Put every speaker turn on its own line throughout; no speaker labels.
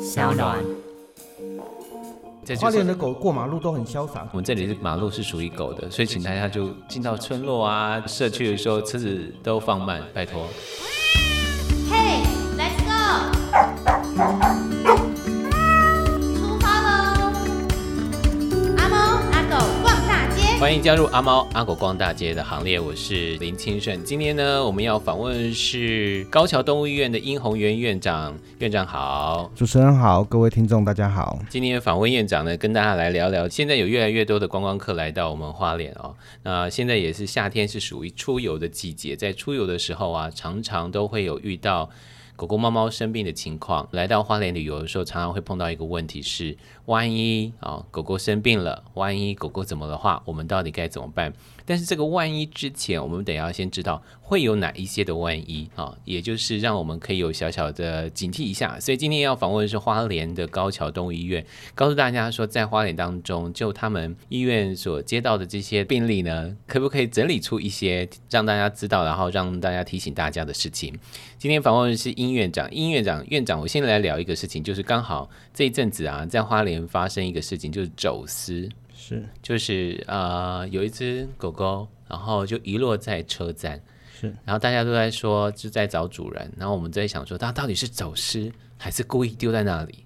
小暖。
这
花
就
莲
是
的狗过马路都很潇洒，
我们这里是马路是属于狗的，所以请大家就进到村落啊、社区的时候，车子都放慢，拜托。
Hey, let's go！出发喽！阿猫阿狗逛大街，
欢迎加入阿猫阿狗逛大街的行列，我是林清盛。今天呢，我们要访问是高桥动物医院的殷红元院长，院长好。
主持人好，各位听众大家好。
今天访问院长呢，跟大家来聊聊，现在有越来越多的观光客来到我们花莲哦。那现在也是夏天，是属于出游的季节，在出游的时候啊，常常都会有遇到。狗狗、猫猫生病的情况，来到花莲旅游的时候，常常会碰到一个问题是：万一啊、狗狗生病了，万一狗狗怎么的话，我们到底该怎么办？但是这个万一之前，我们得要先知道会有哪一些的万一啊、也就是让我们可以有小小的警惕一下。所以今天要访问的是花莲的高桥动物医院，告诉大家说，在花莲当中，就他们医院所接到的这些病例呢，可不可以整理出一些让大家知道，然后让大家提醒大家的事情？今天访问的是殷院长，殷院长，院长，我先来聊一个事情，就是刚好这一阵子啊，在花莲发生一个事情，就是走私，
是
就是呃，有一只狗狗，然后就遗落在车站，
是，
然后大家都在说就在找主人，然后我们在想说，它到底是走失还是故意丢在那里？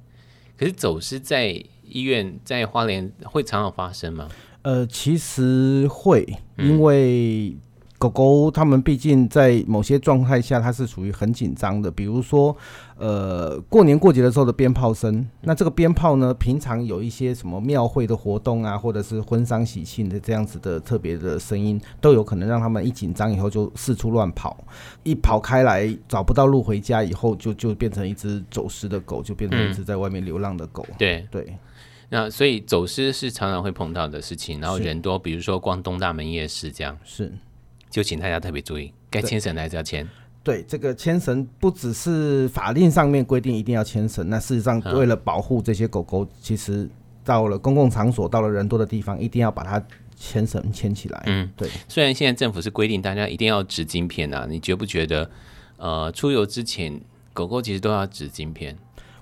可是走失在医院，在花莲会常常发生吗？
呃，其实会，因为狗狗它们毕竟在某些状态下，它是属于很紧张的，比如说，呃，过年过节的时候的鞭炮声，那这个鞭炮呢，平常有一些什么庙会的活动啊，或者是婚丧喜庆的这样子的特别的声音，都有可能让它们一紧张以后就四处乱跑，一跑开来找不到路回家以后，就就变成一只走失的狗，就变成一只在外面流浪的狗。
对，
对，
那所以走失是常常会碰到的事情，然后
是
人多，比如说逛东大门夜市这样，
是。
就请大家特别注意，该牵绳的还是要牵。
对，这个牵绳不只是法令上面规定一定要牵绳，那事实上
嗯
为了保护这些狗狗，其实到了公共场所，到了人多的地方，一定要把它牵绳牵起来。
嗯，
哎对，
虽然现在政府是规定大家一定要植晶片啊，你觉不觉得？呃，出游之前，狗狗其实都要植晶片。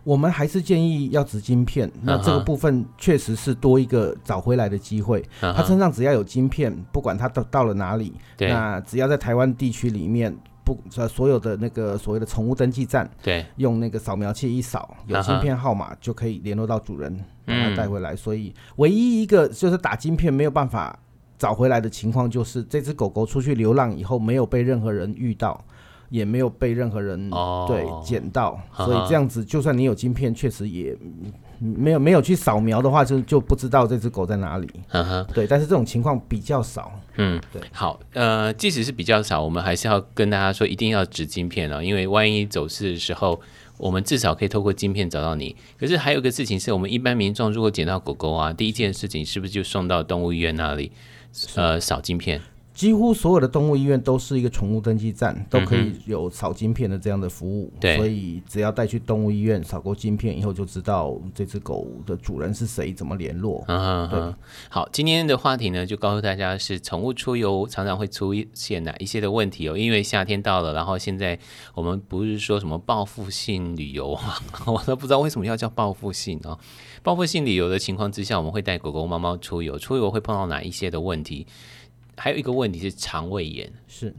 我们还是建议要植晶片，那这个
嗯哼
部分确实是多一个找回来的机会。
嗯
它
哼
身上只要有晶片，不管它到到了哪里，
对
那只要在台湾地区里面。不，呃，所有的那个所谓的宠物登记站，
对，
用那个扫描器一扫，有
啊哈
芯片号码就可以联络到主人，把
嗯
它带回来。所以唯一一个就是打晶片没有办法找回来的情况，就是这只狗狗出去流浪以后没有被任何人遇到。也没有被任何人、
哦啊
对捡到，
哈哈
所以这样子，就算你有晶片，确实也嗯没有没有去扫描的话，就就不知道这只狗在哪里。
嗯哼。
对，但是这种情况比较少。
嗯，
对
好，呃，即使是比较少，我们还是要跟大家说，一定要植晶片哦，因为万一走失的时候，我们至少可以透过晶片找到你。可是还有一个事情是，我们一般民众如果捡到狗狗啊，第一件事情是不是就送到动物医院那里，呃，扫晶片？
几乎所有的动物医院都是一个宠物登记站，都可以有扫晶片的这样的服务。
嗯对
所以只要带去动物医院扫过晶片以后，就知道这只狗的主人是谁，怎么联络。
嗯哼
对
哼，好，今天的话题呢，就告诉大家是宠物出游常常会出现哪一些的问题哦。因为夏天到了，然后现在我们不是说什么报复性旅游啊， 我都不知道为什么要叫报复性哦。报复性旅游的情况之下，我们会带狗狗、猫猫出游，出游会碰到哪一些的问题？还有一个问题是肠胃炎，
是，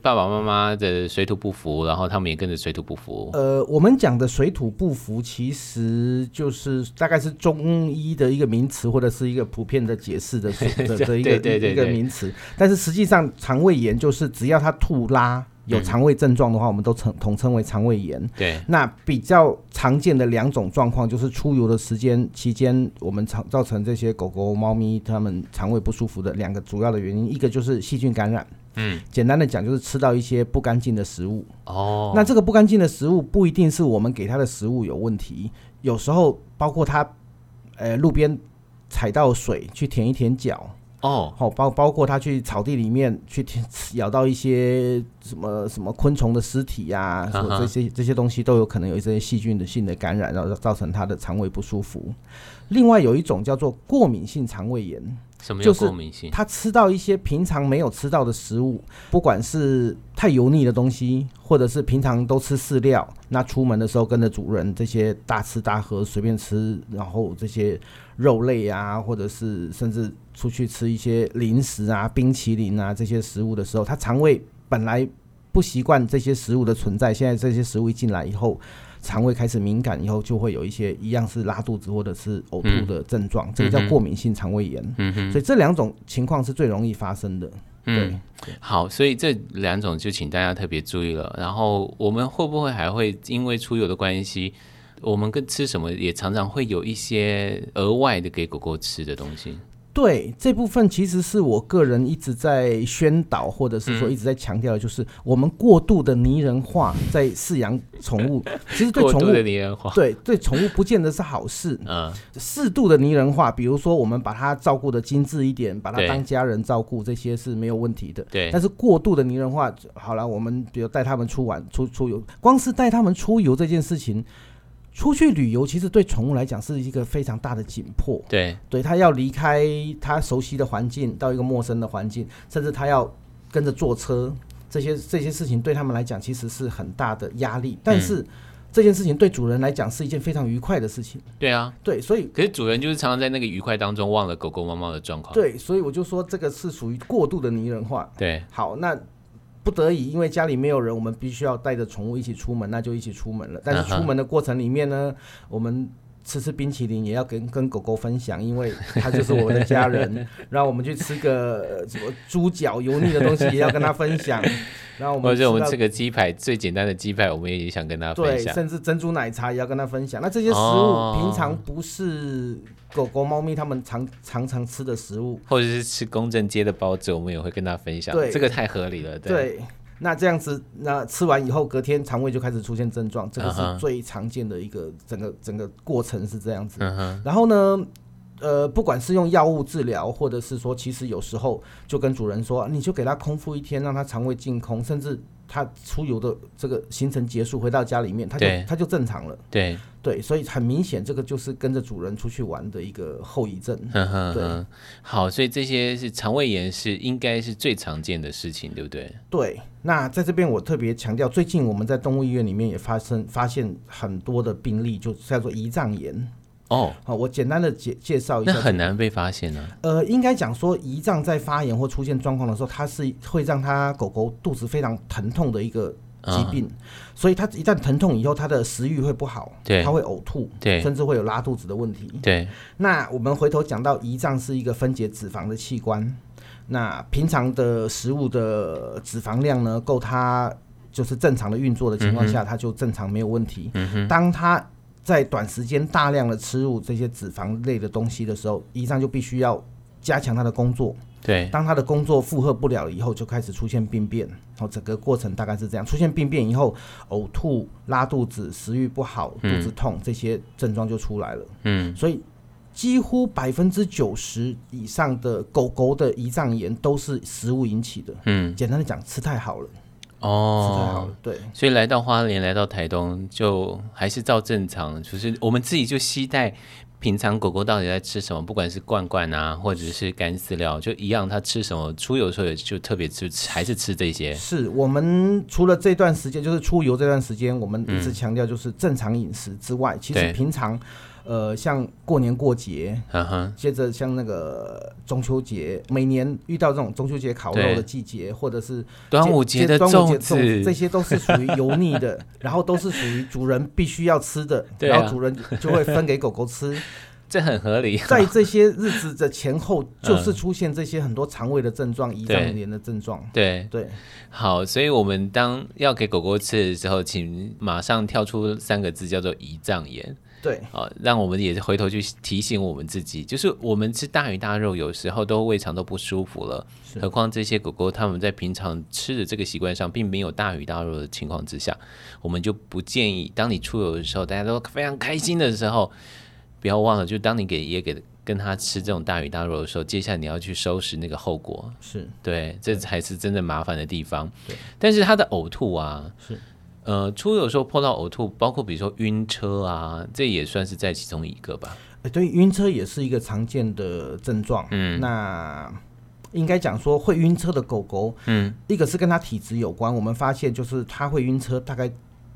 爸爸妈妈的水土不服，然后他们也跟着水土不服。
呃，我们讲的水土不服，其实就是大概是中医的一个名词，或者是一个普遍的解释的 的的一
对
个
对对
一个
对
名词。但是实际上，肠胃炎就是只要它吐拉有
嗯
肠胃症状的话，我们都称统称为肠胃炎。
对，
那比较常见的两种状况就是出游的时间期间，我们常造成这些狗狗、猫咪它们肠胃不舒服的两个主要的原因，一个就是细菌感染。
嗯，
简单的讲就是吃到一些不干净的食物。
哦，
那这个不干净的食物不一定是我们给它的食物有问题，有时候包括它，呃，路边踩到水去舔一舔脚，
哦，
好、包包括它去草地里面去舔咬到一些什么什么昆虫的尸体呀、什
啊
么
哈
这些这些东西都有可能有一些细菌的性的感染，然后造成它的肠胃不舒服。另外有一种叫做过敏性肠胃炎，
什么叫
就是
过敏性？
它吃到一些平常没有吃到的食物，不管是太油腻的东西，或者是平常都吃饲料，那出门的时候跟着主人这些大吃大喝随便吃，然后这些肉类啊，或者是甚至出去吃一些零食啊、冰淇淋啊这些食物的时候，它肠胃本来不习惯这些食物的存在，现在这些食物一进来以后。肠胃开始敏感以后，就会有一些一样是拉肚子或者是呕吐的症状，这个叫过敏性肠胃炎。所以这两种情况是最容易发生的。
嗯，好，所以这两种就请大家特别注意了。然后我们会不会还会因为出游的关系，我们跟吃什么也常常会有一些额外的给狗狗吃的东西？
对这部分，其实是我个人一直在宣导，或者是说
嗯
一直在强调的，就是我们过度的拟人化在饲养宠物，其实对
过
宠
度的
物。
拟人化，
对对，宠物不见得是好事。
嗯
适度的拟人化，比如说我们把它照顾的精致一点，把它
对
当家人照顾，这些是没有问题的。
对
但是过度的拟人化，好了，我们比如带他们出玩、出出游，光是带他们出游这件事情，出去旅游其实对宠物来讲是一个非常大的紧迫。
对
对它要离开它熟悉的环境，到一个陌生的环境，甚至它要跟着坐车，这些这些事情对他们来讲其实是很大的压力。但是、这件事情对主人来讲是一件非常愉快的事情。
对啊。
对，所以
可是主人就是常常在那个愉快当中忘了狗狗、猫猫的状况。
对，所以我就说这个是属于过度的拟人化。
对
好，那不得已，因为家里没有人，我们必须要带着宠物一起出门，那就一起出门了。但
嗯
是
哼
出门的过程里面呢，我们。吃吃冰淇淋也要跟跟狗狗分享，因为它就是我们的家 人。然后我们去吃个呃什么猪脚油腻的东西，也要跟它分享。然后我
或
们
者我们
到
吃个鸡排，最简单的鸡排，我们也想跟大家分
对，
享。
甚至珍珠奶茶也要跟它分享。那这些食
哦
物平常不是狗狗、猫咪它们常常常吃的食物，
或者是吃公正街的包子，我们也会跟大家分享。
对
这个太合理了。对，
对，那这样子，那吃完以后，隔天肠胃就开始出现症状，这个
嗯
是
哼
最常见的一个整个整个过程是这样子。
嗯哼，
然后呢，呃，不管是用药物治疗，或者是说，其实有时候就跟主人说，你就给它空腹一天，让它肠胃净空，甚至它出游的这个行程结束，回到家里面，它就
对
它就正常了。
对，
对，所以很明显，这个就是跟着主人出去玩的一个后遗症。
嗯哼
对
哼，好，所以这些是肠胃炎是应该是最常见的事情，对不对？
对，那在这边我特别强调，最近我们在动物医院里面也发生发现很多的病例，就叫做胰脏炎。
哦，
好，我简单的介介绍一
那
下。
很难被发现呢、
呃，应该讲说，胰脏在发炎或出现状况的时候，它是会让它狗狗肚子非常疼痛的一个
嗯
疾病，所以它一旦疼痛以后，它的食欲会不好，
对
它会呕吐，
对
甚至会有拉肚子的问题。
对，
那我们回头讲到胰脏是一个分解脂肪的器官，那平常的食物的脂肪量呢，够它就是正常的运作的情况下，它就正常没有问题。当它在短时间大量的吃入这些脂肪类的东西的时候，胰脏就必须要加强它的工作。
对，
当他的工作负荷不了以后，就开始出现病变。然后整个过程大概是这样：出现病变以后，呕吐、拉肚子、食欲不好、肚子痛、这些症状就出来了。
嗯，
所以几乎百分之九十以上的狗狗的胰脏炎都是食物引起的。
嗯，
简单的讲，吃太好了，吃太好
哦
了，，对。
所以来到花莲，来到台东，就还是照正常，就是我们自己就期待平常狗狗到底在吃什么，不管是罐罐啊，或者是干饲料，就一样，它吃什么，出游的时候也就特别吃，还是吃这些。
是我们除了这段时间，就是出游这段时间，我们一直强调就是正常饮食之外，其
嗯对
实平常，呃，像过年过节，
嗯哼，
接着像那个中秋节，每年遇到这种中秋节烤肉
对
的季节，或者是
端午
接
节的
接端午节
粽
的粽这
子，
些都是属于油腻 的，然后都是属于主人必须要吃的，
对啊
然后主人就会分给狗狗 吃。
这很合理。
在这些日子的前后，就是出现这些很多肠胃的症状、胰脏炎的症状。
对，
对，
好，所以我们当要给狗狗吃的时候，请马上跳出三个字，叫做胰脏炎。
对，
啊、让我们也回头去提醒我们自己，就是我们吃大鱼大肉，有时候都胃肠都不舒服了，
是
何况这些狗狗它们在平常吃的这个习惯上，并没有大鱼大肉的情况之下，我们就不建议，当你出游的时候，大家都非常开心的时候，不要忘了，就当你给也给跟它吃这种大鱼大肉的时候，接下来你要去收拾那个后果，
是
对，这才是真正麻烦的地方。但是它的呕吐啊，
是
呃，出游的时候碰到呕吐，包括比如说晕车啊，这也算是在其中一个吧。
呃对，晕车也是一个常见的症状。嗯，那应该讲说会晕车的狗狗，
嗯，
一个是跟它体质有关，我们发现就是它会晕车，大概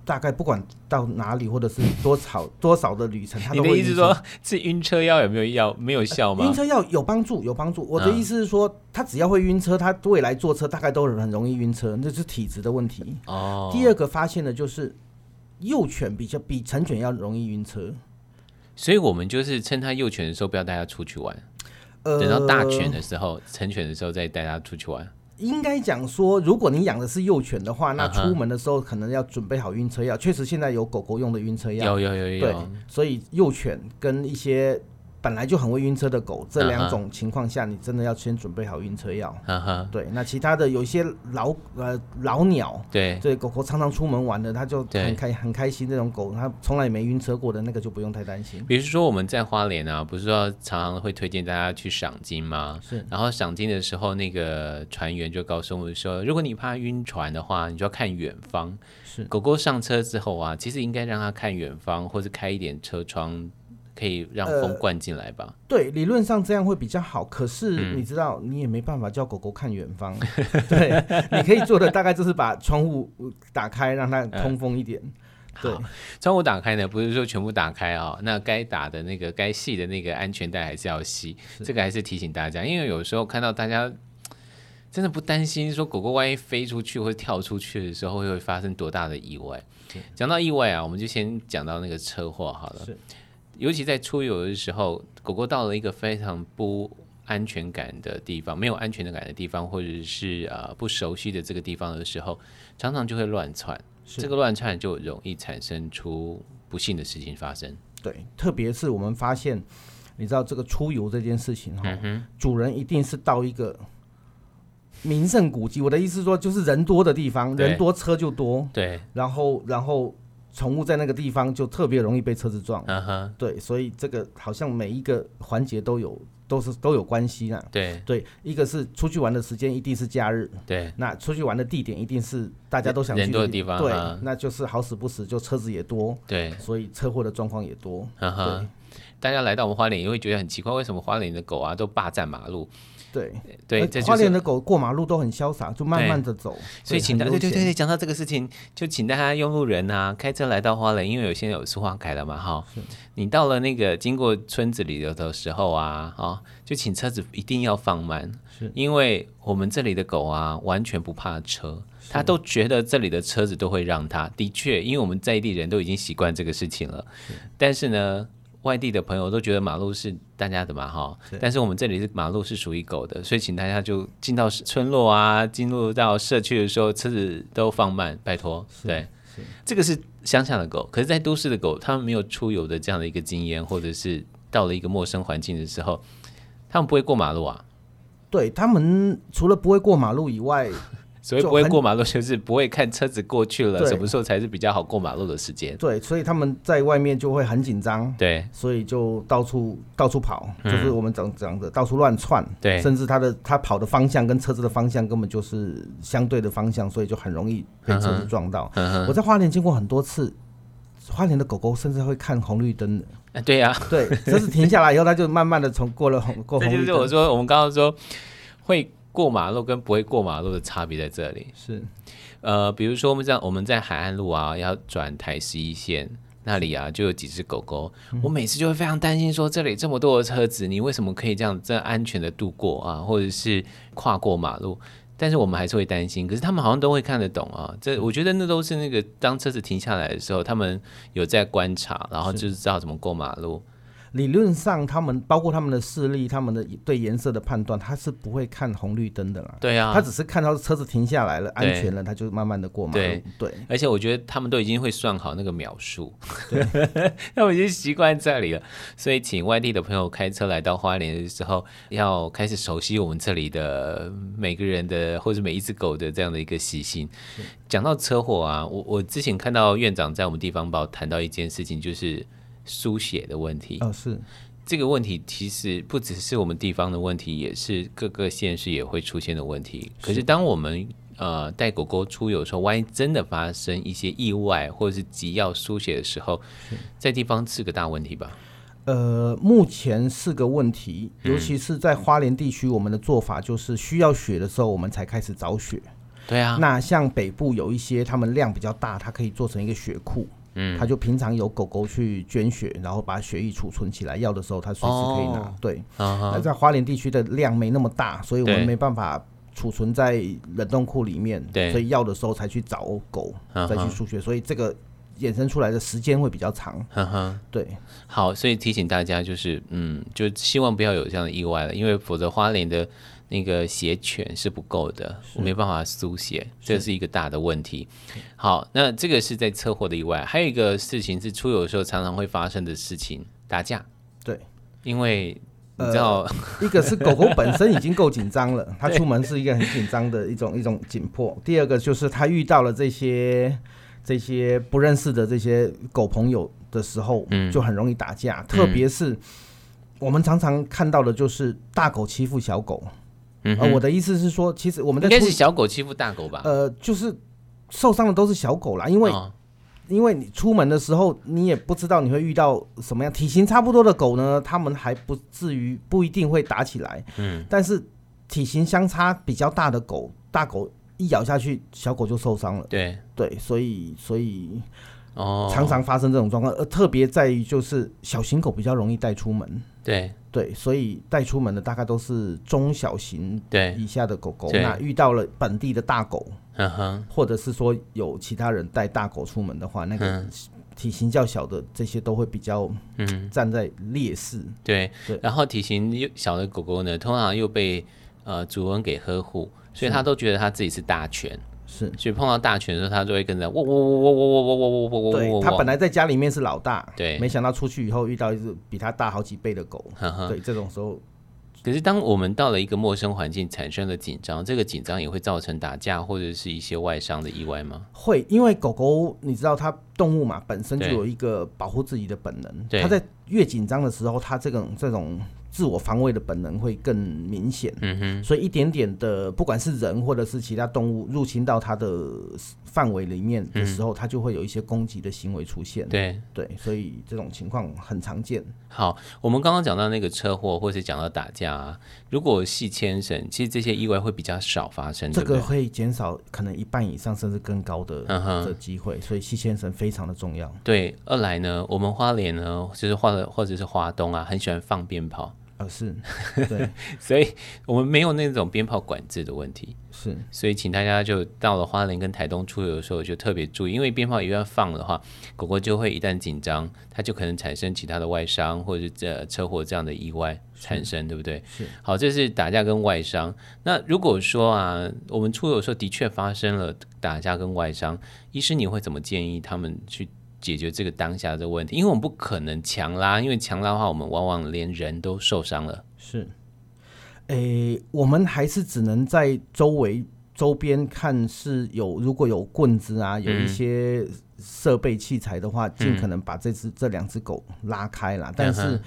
大概不管到哪里或者是多少多少的旅程，它
你
都
的
会
意
晕
思
车。呃
说，这晕车药有没有药没有效吗
晕？车药有帮助，有帮助。我的
嗯
意思是说，它只要会晕车，它未来坐车大概都很容易晕车，那是体质的问题。
哦，
第二个发现的就是，幼犬比较比成犬要容易晕车。
所以我们就是趁它幼犬的时候不要带它出去玩，
呃，
等到大犬的时候、成犬的时候再带它出去玩。
应该讲说，如果你养的是幼犬的话，那
嗯哼
出门的时候可能要准备好晕车药。确实，现在有狗狗用的晕车
有
药，
有有有
对
有，，
所以幼犬跟一些本来就很会晕车的狗，这
嗯哼
两种情况下，你真的要先准备好晕车药。
哈哈，
对，那其他的有一些老呃老鸟，
对，
对狗狗常常出门玩的，它就
对
很开很开心。这种狗它从来也没晕车过的，那个就不用太担心。
比如说我们在花莲啊，不是说常常会推荐大家去赏金吗？
是。
然后赏金的时候，那个船员就告诉我们说，如果你怕晕船的话，你就要看远方。
是
狗狗上车之后啊，其实应该让它看远方，或是开一点车窗，可以让风
呃
灌进来吧。
对，理论上这样会比较好。可是
嗯
你知道，你也没办法叫狗狗看远方。 对，你可以做的大概就是把窗户呃打开，让它通风一点。对
嗯好，窗户打开呢，不是说全部打开哦，那该打的那个、该系的那个安全带还是要系，这个还是提醒大家，因为有时候看到大家真的不担心说狗狗万一飞出去或者跳出去的时候会会发生多大的意外。讲到意外啊，我们就先讲到那个车祸好了
是。
尤其在出游的时候，狗狗到了一个非常不安全感的地方，没有安全感的地方，或者是呃不熟悉的这个地方的时候，常常就会乱窜。
是
这个乱窜就容易产生出不幸的事情发生。
对，特别是我们发现，你知道这个出游这件事情哈、
嗯
主人一定是到一个名胜古迹。我的意思是说，就是人多的地方，
对
人多车就多，
对，
然后然后宠物在那个地方就特别容易被车子撞。
嗯哼，
对，所以这个好像每一个环节都有都是都有关系啊。
对
对，一个是出去玩的时间一定是假日，
对
那出去玩的地点一定是大家都想去
人多的地方
对
啊，
那就是好死不死就车子也多，
对，
所以车祸的状况也多。
嗯哼。大家来到我们花莲也会觉得很奇怪，为什么花莲的狗啊都霸占马路？
对，
对，
而
这
呃花
就
莲
是。
的狗过马路都很潇洒，就慢慢的走，
所以请大
很
对
悠
对对
闲
对，讲到这个事情，就请大家用路人啊，开车来到花莲，因为有些人有苏花改了嘛，哈。你到了那个经过村子里头的时候啊，哦，就请车子一定要放慢，
是
因为我们这里的狗啊，完全不怕车，它都觉得这里的车子都会让它。的确，因为我们在地人都已经习惯这个事情了，但是呢。外地的朋友都觉得马路是大家的嘛哈，
对
但是我们这里是马路是属于狗的，所以请大家就进到村落啊，进入到社区的时候，车子都放慢，拜托。
是
对，
是
这个是乡下的狗，可是，在都市的狗，它们没有出游的这样的一个经验，或者是到了一个陌生环境的时候，它们不会过马路啊。
对他们除了不会过马路 以外，
所谓
就
不会
很
过马路，就是不会看车子过去了，
对
什么时候才是比较好过马路的时间。
对，所以他们在外面就会很紧张，
对啊
所以就到处到处跑，就是我们讲讲的到处乱窜，
嗯对
甚至他的他跑的方向跟车子的方向根本就是相对的方向，所以就很容易被车
嗯
子
哼
撞到。
嗯
我在花莲见过很多次，花莲的狗狗甚至会看红绿灯的，
啊对呀、
对，车子停下来以后，它就慢慢的从过了红过
这
红
就
绿
是我
灯，
说我们刚刚说会过马路跟不会过马路的差别在这里。
是
呃，比如说我们在我们在海岸路啊，要转台十一线那里啊，就有几只狗狗，
嗯
我每次就会非常担心说，这里这么多的车子，你为什么可以这样这样安全的度过啊，或者是跨过马路？但是我们还是会担心，可是他们好像都会看得懂啊。这我觉得那都是那个当车子停下来的时候，他们有在观察，然后就是知道怎么过马路。
理论上他们包括他们的视力、他们的对颜色的判断，它是不会看红绿灯的啦。
对啊，
它只是看到车子停下来了，安
对
全了，它就慢慢的过马路。
对
对，
而且我觉得他们都已经会算好那个秒数， 他们已经习惯这里了。所以，请外地的朋友开车来到花莲的时候，要开始熟悉我们这里的每个人的或者每一只狗的这样的一个习性。讲到车祸啊，我我之前看到院长在我们地方报谈到一件事情，就是输血的问题。
哦是。
这个问题其实不只是我们地方的问题，也是各个县市也会出现的问题。可是当我们呃带狗狗出游的时候，万一真的发生一些意外或者是急要输血的时候，在地方是个大问题吧？
呃，目前是个问题，
嗯
尤其是在花莲地区，我们的做法就是需要雪的时候，我们才开始找雪。
对啊，
那像北部有一些，他们量比较大，它可以做成一个雪库。嗯，它就平常有狗狗去捐血，然后把血液储存起来，要的时候它随时可以拿。
哦
对，
啊
那
哈，
在花莲地区的量没那么大，所以我们
对
没办法储存在冷冻库里面，
对
所以要的时候才去找狗，
嗯哼
再去输血，所以这个衍生出来的时间会比较长。
哈哈，
对，
好，所以提醒大家就是，嗯，就希望不要有这样的意外了，因为否则花莲的那个血犬是不够的，我没办法输血，这是一个大的问题。好，那这个是在车祸的意外，还有一个事情是出游的时候常常会发生的事情，打架。
对，呃
因为你知道，
一个是狗狗本身已经够紧张了，它出门是一个很紧张的一种一种紧迫。第二个就是它遇到了这些这些不认识的这些狗朋友的时候，
嗯
就很容易打架，特别是。我们常常看到的就是大狗欺负小狗，
嗯
呃，
哼
我的意思是说，其实我们在
应该
处
是
理
小狗欺负大狗吧？
呃，就是受伤的都是小狗啦，因为、
哦
因为你出门的时候，你也不知道你会遇到什么样体型差不多的狗呢，它们还不至于不一定会打起来，
嗯，
但是体型相差比较大的狗，大狗一咬下去，小狗就受伤了，
对，
对，所以所以
哦，
常常发生这种状况，呃，特别在于就是小型狗比较容易带出门。
对
对，所以带出门的大概都是中小型
对，
以下的狗狗。
对
那遇到了本地的大狗，
嗯哼，
或者是说有其他人带大狗出门的话，那个
嗯
体型较小的这些都会比较
嗯，
站在劣势。
对
对。
然后体型又小的狗狗呢，通常又被呃主人给呵护，所以它都觉得它自己是大犬，
是，
所以碰到大犬的时候，它就会跟着喔喔喔喔喔喔喔喔喔喔
对，
喔，
它本来在家里面是老大，
对
没想到出去以后遇到一只比它大好几倍的狗，
呵呵。
对，这种时候
可是，当我们到了一个陌生环境，产生了紧张，这个紧张也会造成打架或者是一些外伤的意外吗？
会，因为狗狗你知道它动物嘛，本身就
对
有一个保护自己的本能，
对
它在越紧张的时候，它这种这种自我防卫的本能会更明显。
嗯哼，
所以一点点的，不管是人或者是其他动物入侵到它的范围里面的时候，它就会有一些攻击的行为出现。
嗯对。
对，所以这种情况很常见。
好，我们刚刚讲到那个车祸，或是讲到打架啊，如果系牵绳，其实这些意外会比较少发生，
这
对
个
不对？
会减少可能一半以上甚至更高的
嗯哼
的机会，所以细先生非常的重要。
对，二来呢，我们花莲呢，就是花了或者是花东啊，很喜欢放鞭炮，
呃，是，对，
所以我们没有那种鞭炮管制的问题，
是，
所以请大家就到了花莲跟台东出游的时候就特别注意，因为鞭炮一旦放的话，狗狗就会一旦紧张，它就可能产生其他的外伤或者是这呃车祸这样的意外产生，对不对？
是。
好，这是打架跟外伤。那如果说啊，我们出游的时候的确发生了打架跟外伤，医师你会怎么建议他们去？解决这个当下的问题，因为我们不可能强拉，因为强拉的话，我们往往连人都受伤了。
是，诶、我们还是只能在周围周边看是有，如果有棍子啊，有一
嗯
些设备器材的话，尽可能把这只这两只狗拉开啦。但
嗯
是
哼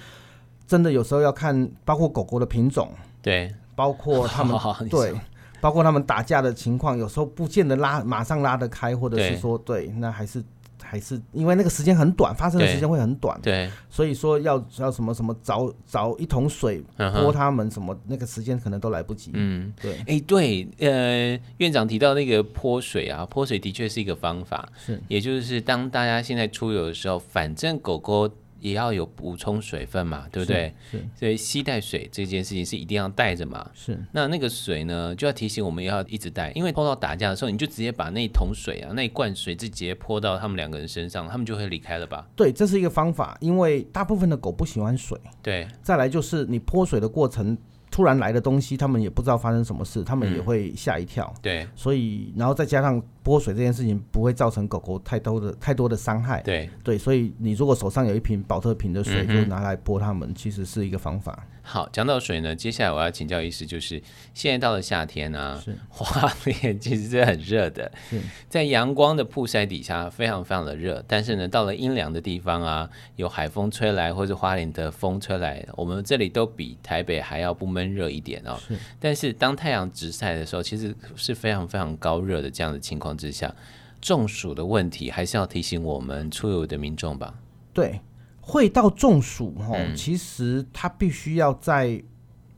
真的有时候要看，包括狗狗的品种，
对，
包
哦
括它 们
好你
对
说。
包括它们打架的情况，有时候不见得拉马上拉得开，或者是
对
说对，那还是还是因为那个时间很短，发生的
对
时间会很短，
对，
所以说要要什么什么找找一桶水
嗯哼
拨他们什么，那个时间可能都来不及。
嗯，
对，
哎，对，呃，院长提到那个泼水啊，泼水的确是一个方法，
是
也就是当大家现在出游的时候，反正狗狗也要有补充水分嘛，对不对？？
是
所以携带水这件事情是一定要带着嘛。
是
那那个水呢，就要提醒我们要一直带，因为碰到打架的时候，你就直接把那一桶水啊、那一罐水直接泼到他们两个人身上，他们就会离开了吧？
对，这是一个方法，因为大部分的狗不喜欢水。
对，
再来就是你泼水的过程，突然来的东西，他们也不知道发生什么事，他们也会吓一跳。
对，
所以，然后再加上泼水这件事情不会造成狗狗太多的太多的伤害。
对。
对，所以你如果手上有一瓶保特瓶的水，
嗯哼
就拿来泼它们，其实是一个方法。
好，讲到水呢，接下来我要请教医师，就是现在到了夏天啊
是，
花莲其实是很热的
是，
在阳光的曝晒底下非常非常的热，但是呢，到了阴凉的地方啊，有海风吹来或者花莲的风吹来，我们这里都比台北还要不闷热一点哦。但是当太阳直晒的时候，其实是非常非常高热的这样的情况之下。中暑的问题还是要提醒我们出游的民众吧。
对，会到中暑哈、其实它必须要在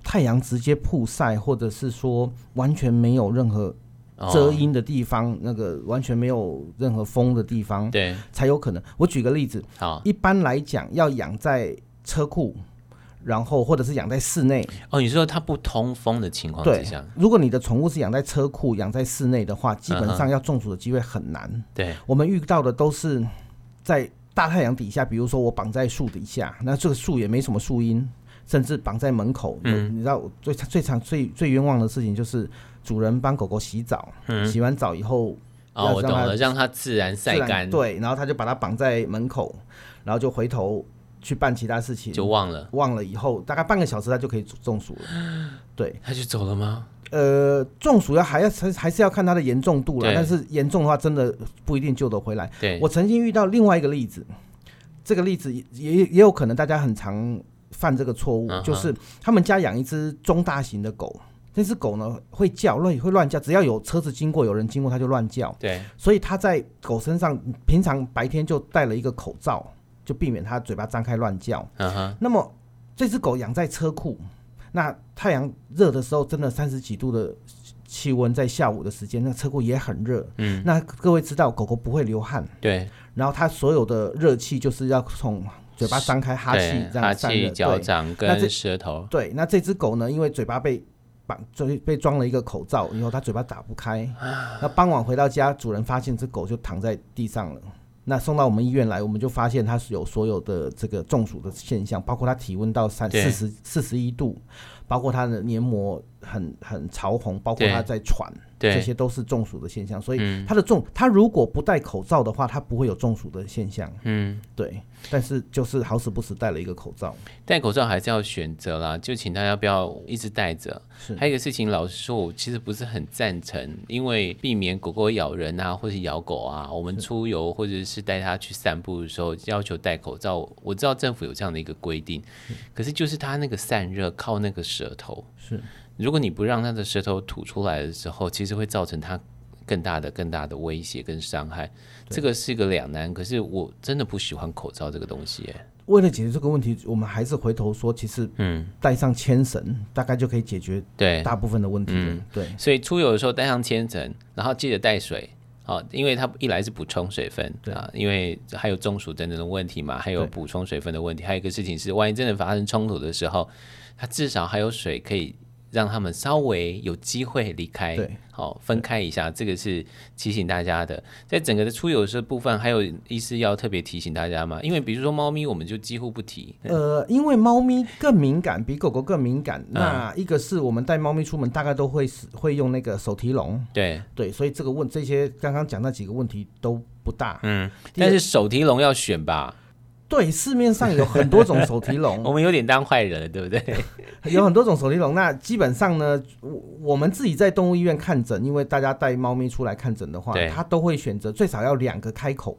太阳直接曝晒，或者是说完全没有任何
哦
遮阴的地方，那个完全没有任何风的地方
对，啊
才有可能。我举个例子，
好
一般来讲要养在车库，然后或者是养在室内。
哦，你说它不通风的情况
对
之下，，
如果你的宠物是养在车库、养在室内的话，基本上要中暑的机会很难。
对，
我们遇到的都是在大太阳底下，比如说我绑在树底下，那这个树也没什么树荫，甚至绑在门口。嗯，你知道我最最常最最冤枉的事情就是主人帮狗狗洗澡，
嗯
洗完澡以后
哦，
要
我
让
懂
它
了，让它自然晒
自然
干，
对，然后他就把它绑在门口，然后就回头去办其他事情，
就忘了，
忘了以后大概半个小时他就可以中暑了。对，
它就走了吗？
呃，中暑要还要还还是要看它的严重度了
对，
但是严重的话真的不一定救得回来。
对，
我曾经遇到另外一个例子，这个例子也也也有可能大家很常犯这个错误
嗯哼
就是他们家养一只中大型的狗，那只狗呢会叫，乱会乱叫，只要有车子经过、有人经过，它就乱叫。
对，
所以他在狗身上平常白天就戴了一个口罩，就避免它嘴巴张开乱叫。
嗯哼，
那么这只狗养在车库，那太阳热的时候，真的三十几度的气温，在下午的时间，那车库也很热。
嗯，
那各位知道，狗狗不会流汗，
对，
然后它所有的热气就是要从嘴巴张开哈气
对
这
哈
样散
气、
热。
脚
对
掌
那这
跟舌头，
对，那这只狗呢，因为嘴巴被绑，被被装了一个口罩，以后它嘴巴打不开。
啊
那傍晚回到家，主人发现这狗就躺在地上了。那送到我们医院来，我们就发现它是有所有的这个中暑的现象，包括它体温到三
对
四十四十一度，包括它的黏膜很很潮红，包括
对
它在喘，这
对，嗯
些都是中暑的现象。所以它的中，它如果不戴口罩的话，它不会有中暑的现象。
嗯，
对，但是就是好死不死戴了一个口罩。
戴口罩还是要选择啦，就请大家不要一直戴着。
是
还有一个事情，老实说，我其实不是很赞成，因为避免狗狗咬人啊，或是咬狗啊，我们出游或者是带它去散步的时候，要求戴口罩。我知道政府有这样的一个规定，可是就是它那个散热靠那个舌头，
是
如果你不让它的舌头吐出来的时候，其实会造成它更大的、更大的威胁跟伤害。这个是一个两难，可是我真的不喜欢口罩这个东西耶。
为了解决这个问题，我们还是回头说，其实
嗯，
带上牵绳，大概就可以解决
对，
大部分的问题了。
嗯
对，
所以出游的时候带上千层，然后记得带水。哦，因为它一来是补充水分
对
啊，因为还有中暑等等的问题嘛，还有
对
补充水分的问题，还有一个事情是，万一真的发生冲突的时候，它至少还有水可以让他们稍微有机会离开，
对，
好、分开一下，这个是提醒大家的。在整个的出游这部分，还有医师要特别提醒大家嘛，因为比如说猫咪，我们就几乎不提，
呃，因为猫咪更敏感，比狗狗更敏感。
嗯
那一个是我们带猫咪出门，大概都会使会用那个手提笼，
对，
对，所以这个问这些刚刚讲那几个问题都不大。
嗯，
第一个
但是手提笼要选吧，
对，市面上有很多种手提
我
笼，
们有点当坏人了，对不 对？
有很多种手提笼。那基本上呢，我我们自己在动物医院看诊，因为大家带猫咪出来看诊的话
对，
它都会选择最少要两个开口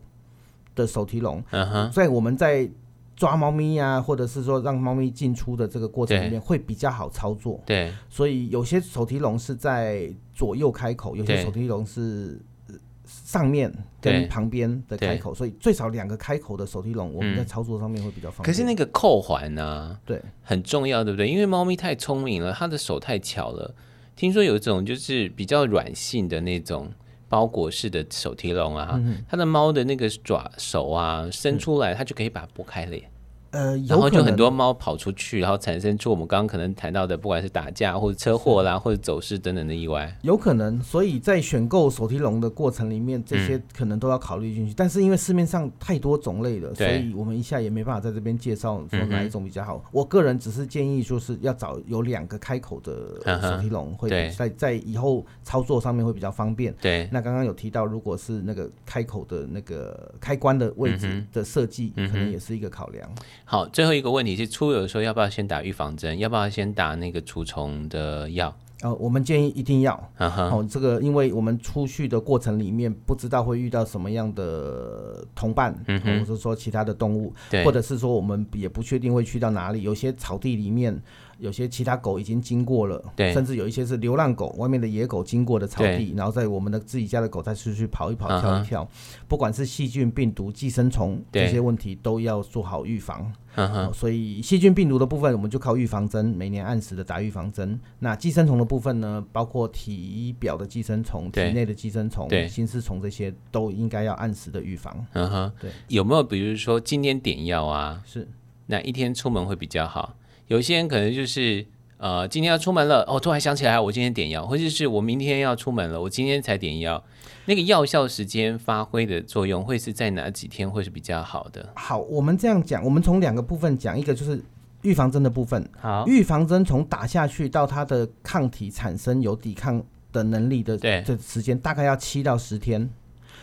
的手提笼。
嗯哼。
在我们在抓猫咪呀、或者是说让猫咪进出的这个过程里面会比较好操作，
对，
所以有些手提笼是在左右开口，有
对
些手提笼是呃上面
对
跟旁边的开口，所以最少两个开口的手提笼，我们在
嗯
操作上面会比较方便。
可是那个扣环呢、
对
很重要，对不对？因为猫咪太聪明了，它的手太巧了。听说有一种就是比较软性的那种包裹式的手提笼啊，
嗯
它的猫的那个爪手啊伸出来，它就可以把它拨开了耶。
呃，嗯有
然后
可
就
能
很多猫跑出去，然后产生出我们刚刚可能谈到的，不管是打架或者车祸啦，或者走失等等的意外。
有可能，所以在选购手提笼的过程里面，这
嗯
些可能都要考虑进去。但是因为市面上太多种类了，所
对
以我们一下也没办法在这边介绍说
嗯哼
哪一种比较好。我个人只是建议，就是要找有两个开口
嗯
的
哼
手提笼，会
对嗯
在在以后操作上面会比较方便。
对，
那刚刚有提到，如果是那个开口的那个开关的位置
嗯
的设计，
嗯哼
可能也是一个考量。
好，最后一个问题是，出游的时候要不要先打预防针？要不要先打那个除虫的药？
呃，我们建议一定要。
哈哈，
哦，这个因为我们出去的过程里面，不知道会遇到什么样的同伴，
嗯
或
哼
者是说其他的动物，
对，
或者是说我们也不确定会去到哪里。有些草地里面，有些其他狗已经经过了，
对
甚至有一些是流浪狗，外面的野狗经过的草地，然后在我们的自己家的狗再出去跑一跑、
嗯哼
跳一跳。不管是细菌、病毒、寄生虫
对
这些问题，都要做好预防。
哈哈，
哦所以细菌病毒的部分，我们就靠预防针，每年按时的打预防针。那寄生虫的部分呢，包括体表的寄生虫、
对
体内的寄生虫
对、
心丝虫这些，都应该要按时的预防。
嗯哼，
对，
有没有比如说今天点药啊？
是，
哪一天出门会比较好？有些人可能就是呃，今天要出门了，哦，突然想起来我今天点药，或者是我明天要出门了，我今天才点药，那个药效时间发挥的作用会是在哪几天会是比较好的？
好，我们这样讲，我们从两个部分讲，一个就是预防针的部分。
好，
预防针从打下去到它的抗体产生有抵抗的能力的
对
这时间，大概要七到十天。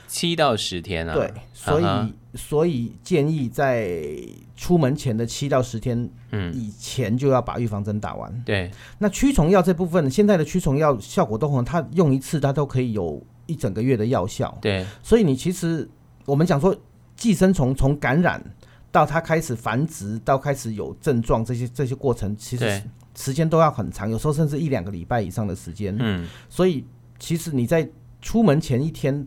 七到十天啊。
对，所以、
啊哈
所以建议在出门前的七到十天
嗯
以前就要把预防针打完。
对，
那驱虫药这部分，现在的驱虫药效果都很好，它用一次它都可以有一整个月的药效。
对，
所以你其实我们讲说，寄生虫从感染到它开始繁殖，到开始有症状，这些这些过程其实
对，
时间都要很长，有时候甚至一两个礼拜以上的时间。
嗯，
所以其实你在出门前一天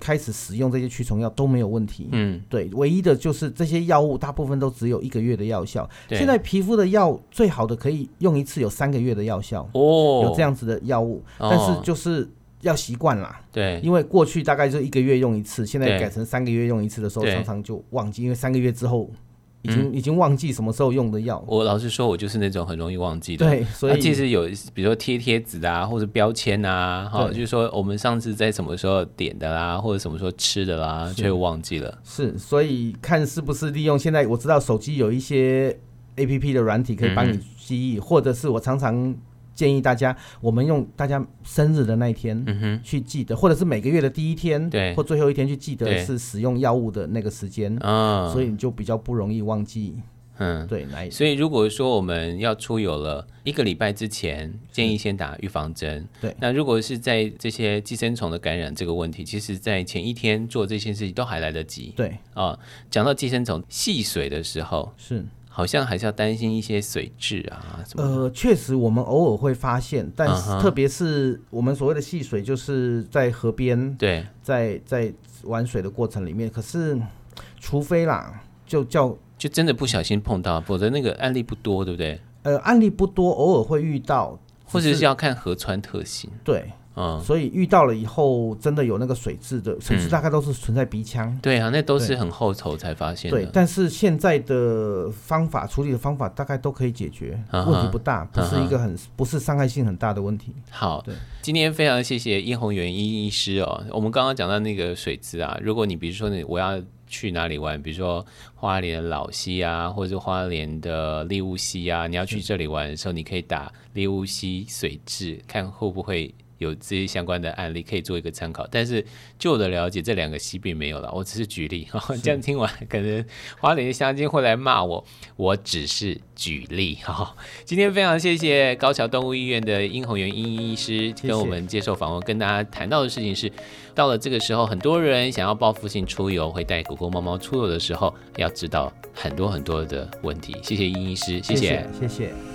开始使用这些驱虫药都没有问题。
嗯，
对，唯一的就是这些药物大部分都只有一个月的药效。
对。
现在皮肤的药最好的可以用一次有三个月的药效，
哦，
有这，样子的药物，
哦
但是就是要习惯啦，
对，
因为过去大概就一个月用一次，现
对
在改成三个月用一次的时候，
对嗯
常常就忘记，因为三个月之后已经、已经忘记什么时候用的药。
我老实说，我就是那种很容易忘记的。
对，所
那
以
啊其实有，比如说贴贴纸啊，或者标签啊，哈，
对
就是说我们上次在什么时候点的啦，或者什么时候吃的啦，却忘记了。
是，所以看是不是利用现在我知道手机有一些 A P P 的软体可以帮
嗯
你记忆，或者是我常常建议大家，我们用大家生日的那一天，
嗯哼，
去记得，或者是每个月的第一天，
对
或最后一天去记
对
得是使用药物的那个时间，
嗯，
所以你就比较不容易忘记。
嗯，
对，来，
所以如果说我们要出游了，一个礼拜之前建议先打预防针。
对
那如果是在这些寄生虫的感染这个问题，其实在前一天做这些事情都还来得及
对，
啊。讲到寄生虫戏水的时候，
是，
好像还是要担心一些水质啊什么的。
呃，确实我们偶尔会发现，但
嗯哼
是特别是我们所谓的戏水，就是在河边，
对，
在在玩水的过程里面，可是除非啦，就叫
就真的不小心碰到，否则那个案例不多，对不对？
呃案例不多，偶尔会遇到，
或者是要看河川特性，
对，
嗯，
所以遇到了以后，真的有那个水质的水
嗯
质，大概都是存在鼻腔。
对啊，那都是很后头才发现
对，
的，
但是现在的方法处理的方法大概都可以解决，
啊哈
问题不大，不是
啊哈
一个很不是伤害性很大的问题。
好
对，
今天非常谢谢殷红元殷医师哦。我们刚刚讲到那个水质啊，如果你比如说你我要去哪里玩，比如说花莲老溪啊，或者是花莲的利乌溪啊，你要去这里玩的时候，你可以打利乌溪水质，看会不会。有这些相关的案例可以做一个参考，但是据我的了解，这两个溪并没有了。我只是举例， 这样听完可能花莲的乡亲会来骂我，我只是举例 哈、今天非常谢谢高桥动物医院的殷红元殷医师
谢
跟我们接受访问，跟大家谈到的事情是，到了这个时候，很多人想要报复性出游，会带狗狗、猫猫出游的时候，要知道很多很多的问题。谢谢殷医师，
谢谢。谢谢